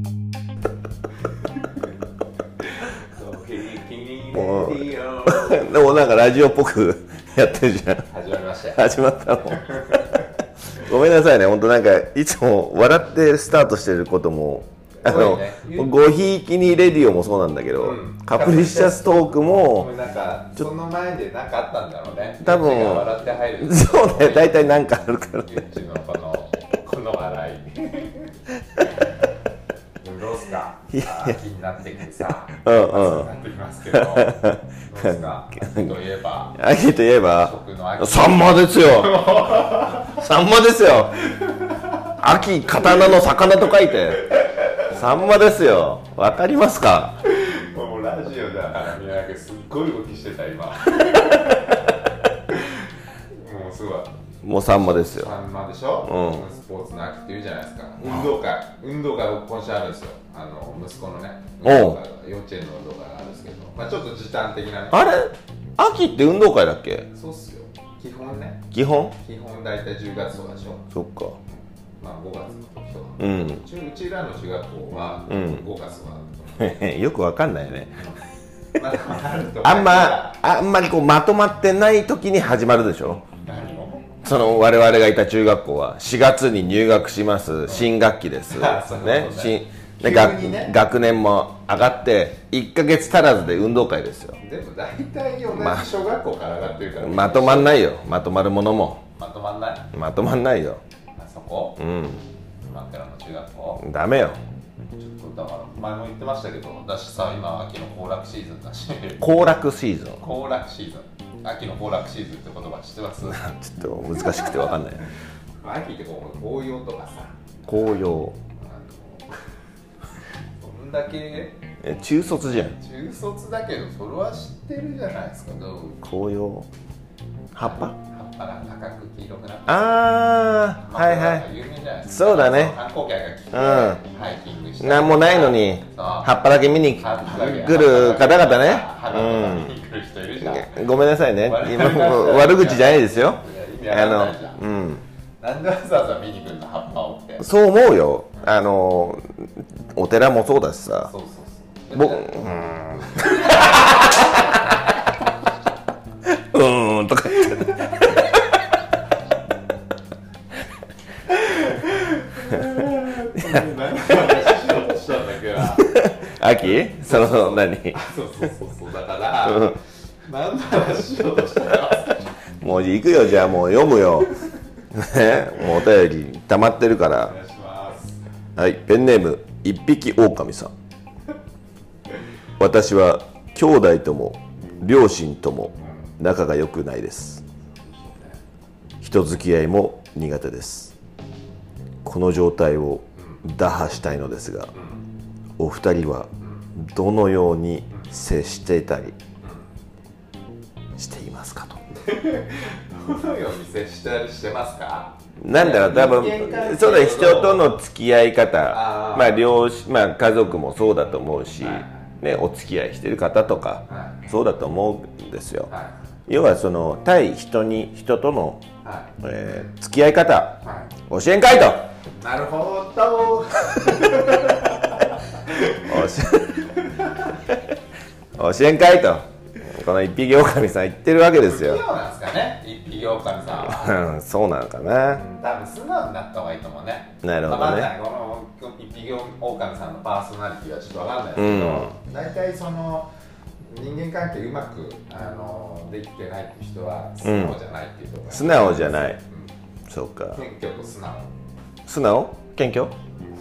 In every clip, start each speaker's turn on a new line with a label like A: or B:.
A: なんかラジオっぽく やってるじゃん
B: 始まりましたよ
A: 始まったの ごめんなさいね本当なんかいつも笑ってスタートしてることもあの、
B: 多いね
A: ごひいきにレディオもそうなんだけど、
B: うん
A: カプリシャストーク
B: も
A: も
B: うなんかその前でなかったんだろうね
A: 多分
B: 口が笑って入る
A: そうね大体なんかあるから
B: ゆっちのこのこの笑いどうすかあー気になってきてさ
A: うんうん
B: 暑くなってきますけどどうすか秋といえば
A: 秋といえば
B: 食の秋
A: サンマですよサンマですよ秋刀の魚と書いてサンマですよわかりますか
B: もうラジオだからみんななんかすっごい動きしてた今もうすごい
A: もうサンマですよ
B: サンマでしょ、スポーツの秋って言うじゃないですか運動会運動会僕今週あるんですよあの息子のね運
A: おう
B: 動会が幼稚園の運動会があるんですけど、まあ、ちょっと時短的なね
A: あれ秋って運動会だっけ
B: そうっすよ基本ね
A: 基本
B: 基本大体10月とかでしょ
A: そっか
B: まあ5月の人は、
A: うん
B: うちうちらの中学校は
A: うん
B: 5月は、
A: よくわかんないね
B: まだあると思う
A: あんまあんまりこうまとまってない時に始まるでしょ
B: 何も
A: その我々がいた中学校は4月に入学します新学期です、
B: あ そういう
A: ね
B: こと
A: 新
B: ね
A: で
B: 急
A: 学
B: にね
A: 学年も上がって1ヶ月足らずで運動会ですよ
B: でも大体同
A: ま
B: じ小学校から上がってるから、
A: まとまんないよまとまるものも
B: まとまんない
A: まとまんないよ
B: あそこ
A: うん
B: 枕の中学校
A: ダメよ
B: ちょっとだから前も言ってましたけどだしさ今秋の行楽シーズンだし
A: 行楽シーズン
B: 行楽シーズン秋の行楽シーズンって言葉知って ます
A: ちょっと難しくてわかんない
B: 秋ってこう紅葉とかさ
A: 紅葉
B: あのどんだけ
A: え中卒じゃん
B: 中卒だけどそれは知ってるじゃないですかどう
A: 紅葉葉っぱ
B: 葉っぱが赤く黄色くなって
A: ああはいはい
B: 有名じゃないですか
A: そうだね
B: 観光客が来て、
A: う
B: ハイキングして
A: なんもないのに
B: そう
A: 葉っぱだけ見に来
B: 葉っぱだけ
A: る方々
B: 花
A: ね
B: 見に来る人いるじゃん、
A: うんごめんなさいね
B: 悪い
A: 今もう悪口じゃないですよ
B: いや
A: あ
B: 意味わかんないじゃ
A: の
B: ん
A: うん
B: なんでわざわざ見に来るの葉っぱをって
A: そう思うよあのお寺もそうだしさ
B: そうそうそう
A: 僕う
B: だって
A: ーん うーんとか言って
B: 何の話しようとしたんだっけな
A: 秋その何
B: そうそうそうそうだから、何の話しようとしたか
A: もう行くよじゃあもう読むよ ねもうお便り溜まってるから
B: お願いします
A: はい、ペンネーム一匹狼さん。私は兄弟とも両親とも仲が良くないです。人付き合いも苦手です。この状態を打破したいのですが、お二人はどのように接していたりしていますかと。
B: どのように接したりしてますか
A: なんだろう多
B: 人間関係
A: 分
B: の
A: そうだよ人との付き合い方
B: あー
A: まあ両親まあ家族もそうだと思うし、
B: はいは
A: ね、お付き合いしてる方とか、
B: は
A: そうだと思うんですよ、
B: はい
A: 要はその対人に人との、
B: は
A: えー付き合い方
B: いは
A: 教えんかいと
B: いなるほど
A: 教え教えんかいとこの一匹狼さん言ってるわけです
B: 器
A: よ、
B: 用なんですかね一匹狼さんは
A: うん、そうなのかな
B: 多分素直になった方がいいと思うね
A: なるほどね
B: まあまあこの一匹狼さんのパーソナリティはちょっとわかんないですけど、大体その人間関係うまくあのできてないっていう人は素直じゃないっていうところ、
A: 素直じゃない
B: うん
A: そうか
B: 謙虚と素直
A: 素直謙虚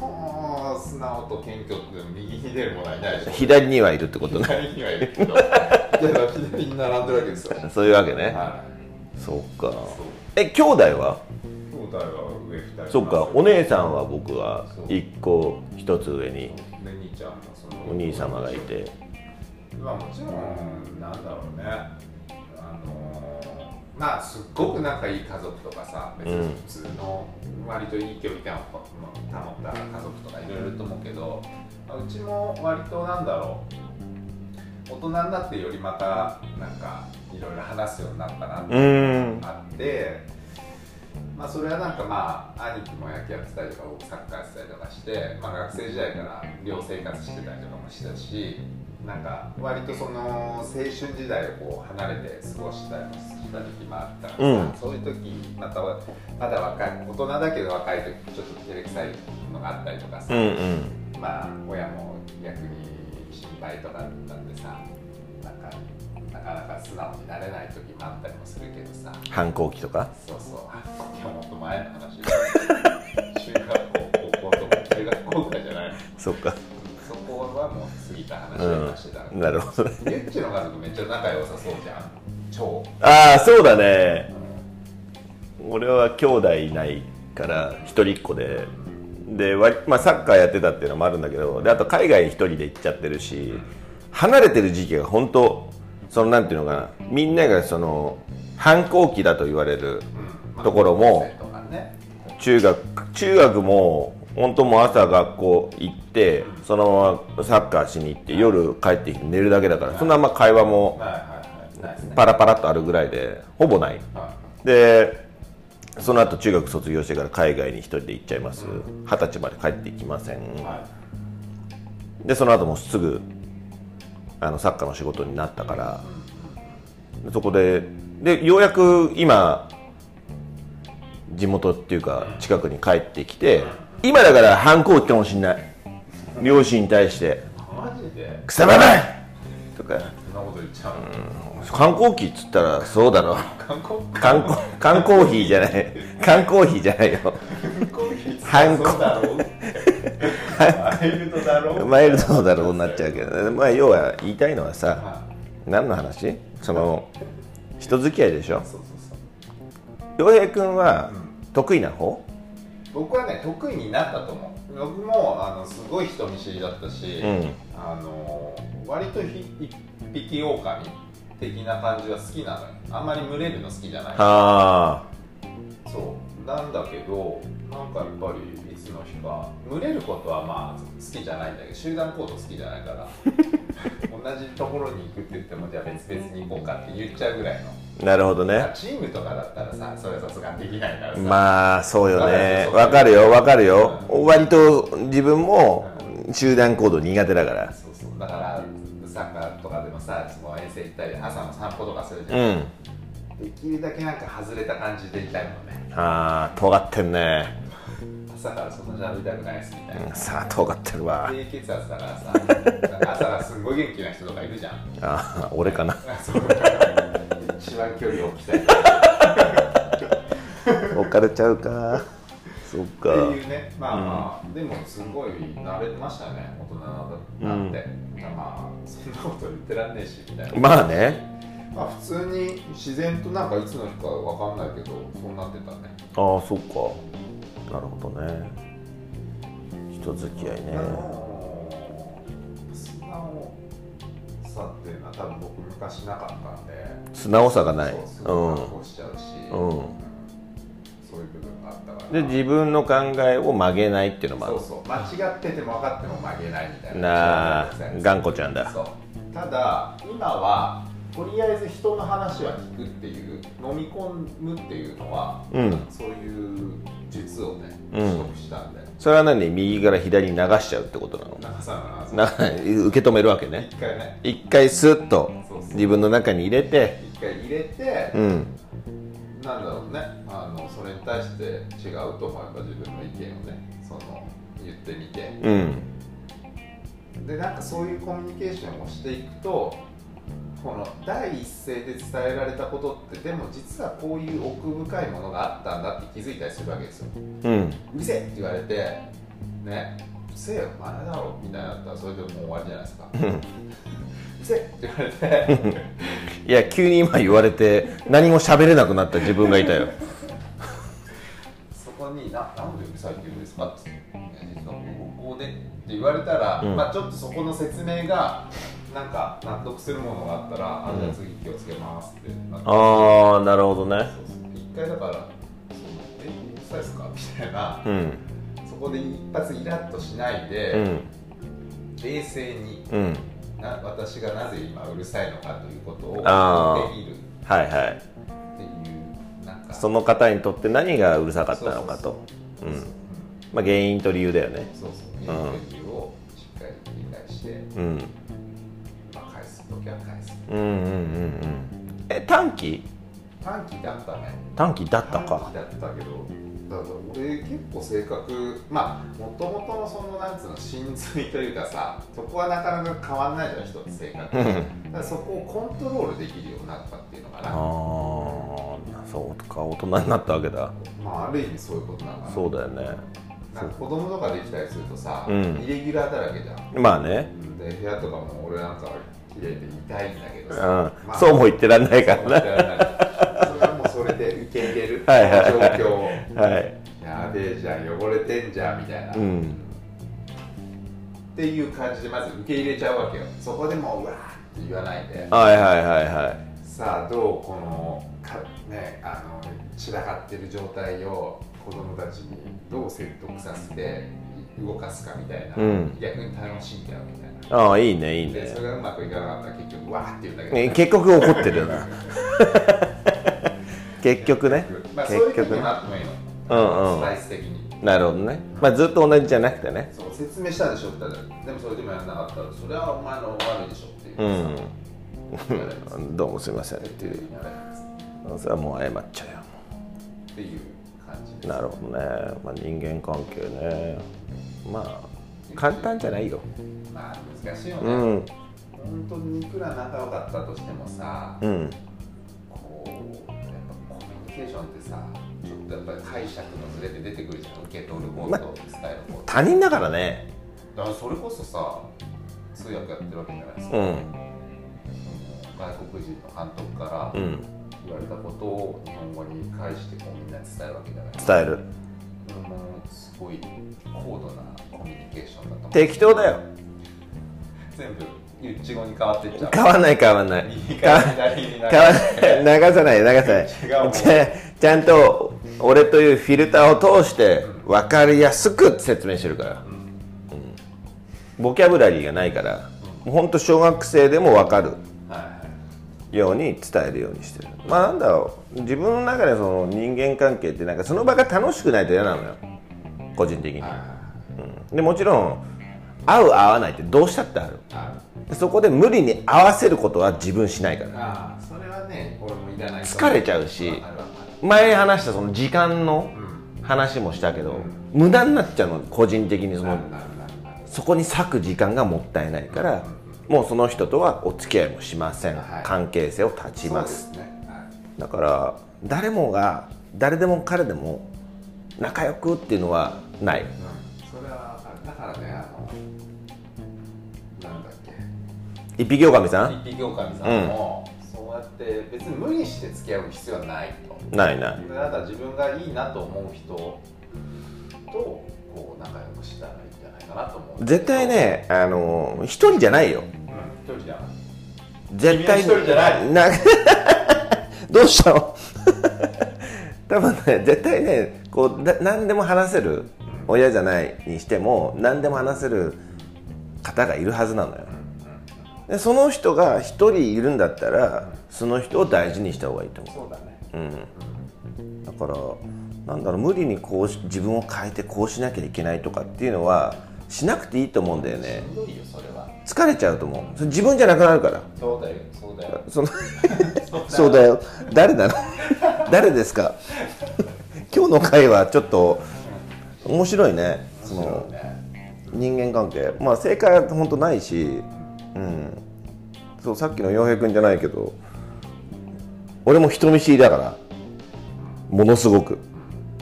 B: ほー素直と謙虚って右に出るものはいないでしょ
A: 左にはいるってことね
B: 左にはいるけ どいや左に並んでるわけですよ
A: そういうわけね
B: はい
A: そうか
B: そう
A: え兄弟は
B: 兄弟は上二人
A: そっかお姉さんは僕は
B: そう
A: 1個1つ上に
B: で兄ちゃんもその
A: お兄様がいて
B: まあもちろんなんだろうねあのーまあすっごく仲いい家族とかさ別に普通の割といい距離感を保った家族とかいろいろと思うけどまあうちも割となんだろう大人になってよりまたなんかいろいろ話すようになったなって
A: うーん
B: あって、まあ、それはなんかまあ兄貴も野球やってたりとか僕サッカーやってたりとかして、まあ、学生時代から寮生活してたりとかもしてたしなんか割とその青春時代をこう離れて過ごしたりした時もあったからさ、
A: うん
B: そういう時またはまだ若い大人だけど若い時ちょっと照れくさいのがあったりとかさ、
A: うんうん
B: まあ親も逆に心配とかだったんでさなんかなかなか素直になれない時もあったりもするけどさ
A: 反抗期とか
B: そうそう今日もっと前の話中学校高校とか中学校ぐらいじゃないの
A: そっか
B: そこはもう過ぎた話だなしてた
A: なるほどね
B: ゆっちの家族めっちゃ仲良さそうじゃん超
A: ああそうだね俺は兄弟いないから一人っ子でで、わりまあ、サッカーやってたっていうのもあるんだけどであと海外一人で行っちゃってるし離れてる時期が本当そのなんていうのかなみんながその反抗期だと言われる
B: うんまあ
A: ところも
B: 高校生とかね
A: 中学中学も本当もう朝学校行ってそのままサッカーしに行って夜帰ってきて寝るだけだからそんなあんま会話も
B: はいはいはいないですね
A: パラパラっとあるぐらいでほぼない
B: は
A: でその後中学卒業してから海外に一人で行っちゃいます二十歳まで帰ってきません
B: いは
A: でその後もすぐあのサッカーの仕事になったからそこででようやく今地元っていうか近くに帰ってきて今だから反抗期かもしんない両親に対して
B: いマジで
A: 「草ばばい!」と
B: そ
A: か
B: んなこと言っちゃうの
A: 反抗期っつったらそうだろ
B: 韓国
A: 缶コ缶コーヒーじゃない缶コーヒーじゃないよ
B: コーヒー
A: 韓国
B: そうだろうワイルドだろう
A: マイルドだろうになっちゃうけど、まあ、要は言いたいのはさ
B: は
A: 何の話その人付き合いでしょ
B: いそうそうそう
A: 洋平君は得意な方
B: 僕はね得意になったと思う僕もあのすごい人見知りだったし、
A: うん
B: あの割とひ一匹狼的な感じは好きなのよあんまり群れるの好きじゃない
A: あ
B: そうなんだけどなんかやっぱりいつの日か群れることはまあ好きじゃないんだけど集団行動好きじゃないから 同じところに行くって言ってもじゃあ別々に行こうかって言っちゃうぐらいの
A: あなるほどね
B: チームとかだったらさそれはさすがにできないからさ、
A: まあそうよね
B: わ
A: わ
B: か
A: か
B: る
A: る
B: よ
A: よわかるよ割と自分も集団行動苦手だから
B: そうそうだからサッカーとかでもさその遠征行ったり朝の散歩とかするじ
A: う
B: ゃん、
A: ん
B: できるだけなんか外れた感じでいたいもんね
A: ああ尖ってんね
B: 朝からそんなじゃべりたくないですみたいな
A: うんさあ尖ってるわ
B: 低血圧だからさなんか朝がすんごい元気な人とかいるじゃん
A: あー俺かな
B: そう一番距離を置きたいって
A: 置かれちゃうかそっか
B: いうねまあまあ、でもすごい慣れてましたね大人なんて、まあそんなこと言ってらんねえしみたいな、
A: まあね
B: まあ、普通に自然となんかいつの日かわかんないけどそうなってたね
A: ああそっかなるほどね人付き合いね
B: あの素直さっていうのは多分僕昔なかったんで、
A: 素直さがない
B: そうす
A: う
B: ごい反抗しちゃうし、
A: うん
B: そういう部分があったから
A: んで自分の考えを曲げないっていうのもあ
B: そ
A: る
B: うそう間違ってても分かっても曲げないみたいな
A: なあ
B: がん
A: 頑固ちゃんだ
B: そうただ今はとりあえず人の話は聞くっていう飲み込むっていうのは、
A: うん
B: そういう術をね
A: うん
B: 取得したんで、
A: それは何右から左に流しちゃうってことなの
B: 長さの話
A: な受け止めるわけね
B: 一回ね
A: 一回スッと
B: そうそう
A: 自分の中に入れて
B: 一回入れて、
A: うん
B: なんだろうねあのそれに対して違うと思えば自分の意見をねその言ってみて
A: うん
B: でなんかそういうコミュニケーションをしていくとこの第一声で伝えられたことってでも実はこういう奥深いものがあったんだって気づいたりするわけですよ。
A: うん
B: うるせえって言われてねうるせえよお前だろみたいになったらそれでもう終わりじゃないですか。うるせえって言われて
A: いや急に今言われて何も喋れなくなった自分が いたよ
B: そこにななんでうるさいって言うんですかって実はこうでって言われたら、
A: うん
B: まあちょっとそこの説明がなんか納得するものがあったら、あじゃあ次気をつけますってなって。
A: ああなるほどね
B: 一回だから「そうえうるさいですか?」みたいな、
A: うん
B: そこで一発イラッとしないで、
A: うん
B: 冷静に
A: うん
B: な私がなぜ今うるさいのかということを
A: あー
B: できるっ
A: はいはい
B: ていうなんか
A: その方にとって何がうるさかったのか
B: そう
A: と
B: そうそう
A: うんまあ原因と理由だよね
B: そうそう
A: うん
B: 理由をしっかり理解して
A: うん
B: 時は返す
A: うんうんうんうんえ短期
B: 短期だったね
A: 短期だった
B: 短
A: か
B: 期だったけどだから俺結構性格まあもともとのそのなんつうの真髄というかさそこはなかなか変わんないじゃん人って性格
A: うん
B: だからそこをコントロールできるようになったっていうのか
A: あ
B: な
A: あそうか大人になったわけだ
B: まあある意味そういうことなのかな
A: そうだよね
B: なんか子供とかできたりするとさ、
A: うん
B: イレギュラーだらけじゃん
A: まあね
B: で部屋とかも俺なんかは綺麗で痛いんだけ
A: う
B: ど
A: ん、
B: さ、まあ
A: そうも言ってらんない
B: そ
A: か
B: う
A: ら
B: も
A: な、
B: 言ってらんないそれはもうそれで受け入れる
A: はいはいはい
B: 状況を
A: はい
B: やべえじゃん汚れてんじゃんみたいな、
A: う
B: っ
A: ん
B: ていう感じでまず受け入れちゃうわけよそこでもううわーって言わないで
A: はいはいはいはい
B: さあどうこのかねあの散らかってる状態を子供たちにどう説得させて動かすかみたいな、
A: うん
B: 逆に楽しんじゃうみたいな
A: ああいいねいい
B: で
A: ね
B: それがうまくいかなかったら結局わーって言うんだけど、
A: ね結局怒ってるよな 結局ね
B: まあ、そうい
A: 結
B: う時も
A: 局ね
B: あってもいいの、
A: うんうん
B: スライス的に
A: なるほどねまあずっと同じじゃなくてね
B: そう説明したでしょって言ったらでもそれでもやらなかったらそれはお前の悪いでしょっていう
A: う
B: さ、
A: ん
B: やられます
A: どうもすいませんっ
B: 徹
A: て
B: 底
A: い
B: 的
A: う
B: にやられます
A: それはもう謝っちゃうよ
B: っていう感じです
A: なるほどね、まあ、人間関係ねまあ簡単じゃないよ
B: まあ難しいよ
A: う
B: ね、
A: ん
B: 本当にいくら仲良かったとしてもさ、
A: うん
B: こうやっぱコミュニケーションってさちょっとやっぱり解釈のズレで出てくるじゃん受け取る方と
A: ま
B: 伝える方と
A: 他人だからね
B: だからそれこそさ通訳やってるわけじゃないですか、
A: うん
B: 外国人の監督から
A: うん
B: 言われたことを日本語に返してこうみんなに伝えるわけじゃないですか
A: 伝える
B: それもすごい高度なコミュニケーションだと思う
A: 適当だよ
B: 全部ゆっち語に変わっていっちゃう
A: 変わんない変わ んない
B: 右から左に流れ
A: 変わんない流さない流
B: 違う
A: さ
B: も
A: なんいちゃちゃんと俺というフィルターを通して分かりやすく説明してるから、うん、ボキャブラリーがないからもうほんと小学生でも分か
B: は
A: る
B: いはい
A: ように伝えるようにしてるまあなんだろう自分の中でその人間関係ってなんかその場が楽しくないと嫌なのよ個人的に、うん、でもちろん合う合わないってどうしたってある
B: あ
A: でそこで無理に合わせることは自分しないから
B: あそれはね俺もいらない
A: 疲れち
B: ゃ
A: ゃうし
B: あるわかる
A: 前に話したその時間の
B: うん
A: 話もしたけど無駄になっちゃうの個人的にそ
B: な
A: の
B: るなるなるなる
A: そこに割く時間がもったいないからもうその人とはお付き合いもしません
B: はい
A: 関係性を断ち
B: そう
A: ま
B: ですすねはい
A: だから誰もが誰でも彼でも仲良くっていうのはない
B: うんそれはわかるだからねあのなんだっけ
A: 一匹狼さん
B: 一匹狼さんも、そうやって別に無理して付き合う必要はないと
A: ないない
B: ただ自分がいいなと思う人とこう仲良くしたらいいんじゃないかなと思う
A: 絶対ねあの一人じゃないよ
B: うん一人じゃない
A: 絶対
B: 君は一人じゃない
A: な どうしたの 多分ね絶対ねこうだ何でも話せる親じゃないにしても何でも話せる方がいるはずなのよでその人が一人いるんだったらその人を大事にした方がいいと思う
B: そうだね
A: うん、だからなんだろう無理にこうし自分を変えてこうしなきゃいけないとかっていうのはしなくていいと思うんだよね
B: しんどいよそれは
A: 疲れちゃうと思うそれ自分じゃなくなるから
B: そうだよそうだよ
A: そのそうだよ誰なの誰ですか今日の回はちょっと面白いねその
B: ね
A: 人間関係まあ正解は本当ないし、うん、そうさっきの洋平君じゃないけど俺も人見知りだからものすごく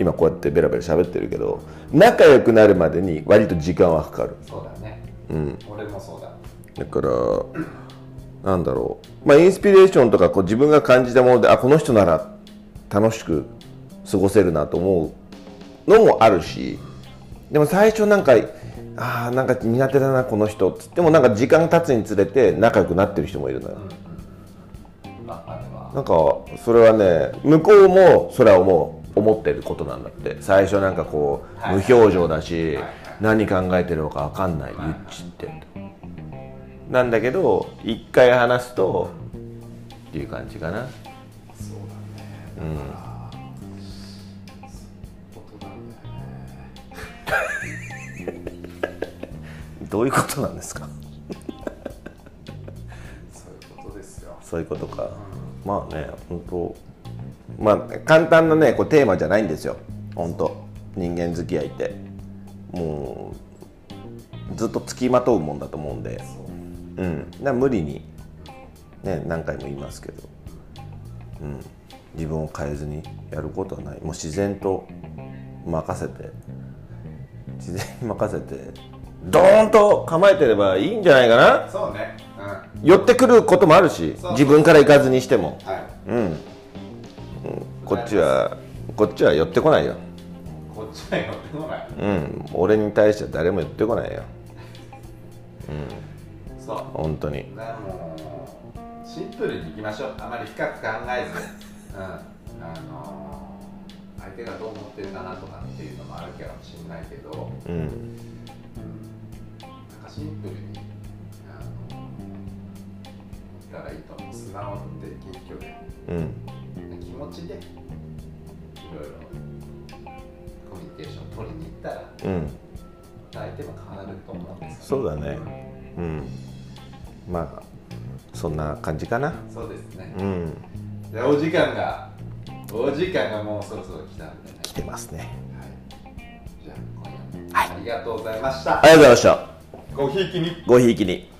A: 今こうやってベラベラ喋ってるけど仲良くなるまでに割と時間はかかる
B: そうだねうん俺もそうだ
A: だからなんだろうまあインスピレーションとかこう自分が感じたものであこの人なら楽しく過ごせるなと思うのもあるしでも最初なんかあーなんか苦手だなこの人っつってもなんか時間が経つにつれて仲良くなってる人もいるのよ
B: まああれは
A: なんかそれはね向こうもそれは思う思ってることなんだって最初なんかこう無表情だし何考えてるのか分かんないゆっちってなんだけど一回話すとっていう感じか
B: そ
A: な
B: うだねうんことなんだよね
A: どういうことなんですか
B: そういうこ
A: そういうことかまあね本当まあ簡単なねこうテーマじゃないんですよ本当人間付き合いってもうずっとつきまとうもんだと思うんでうんだから無理にね何回も言いますけどうん自分を変えずにやることはないもう自然と任せて自然に任せてドーンと構えてればいいんじゃないかな
B: そうねうんは
A: 寄ってくることもあるし
B: そう
A: 自分から行かずにしても
B: い
A: うん、うんこっちはこっちは寄ってこないよ
B: こっちは寄ってこない
A: うん俺に対しては誰も寄ってこないよ
B: そ
A: 本当に
B: うだからもうシンプルにいきましょうあまり深く考えずうんあのー相手がどう思ってるかなとかっていうのもあるかもしれないけどなん
A: うん
B: かシンプルにあのーやったらいいと思う素直で謙虚で
A: うん
B: 気持ちでいろいろコミュニケーション取りに行ったら
A: うん
B: 相手も変わると思うんです
A: そうだねうんまあそんな感じかな
B: そうですね
A: うん
B: じゃあお時間がお時間がもうそろそろ来たんでね
A: 来てますね
B: はいじゃあ今夜もありがとうございました、
A: ありがとうございました
B: ごひいきに
A: ごひいきに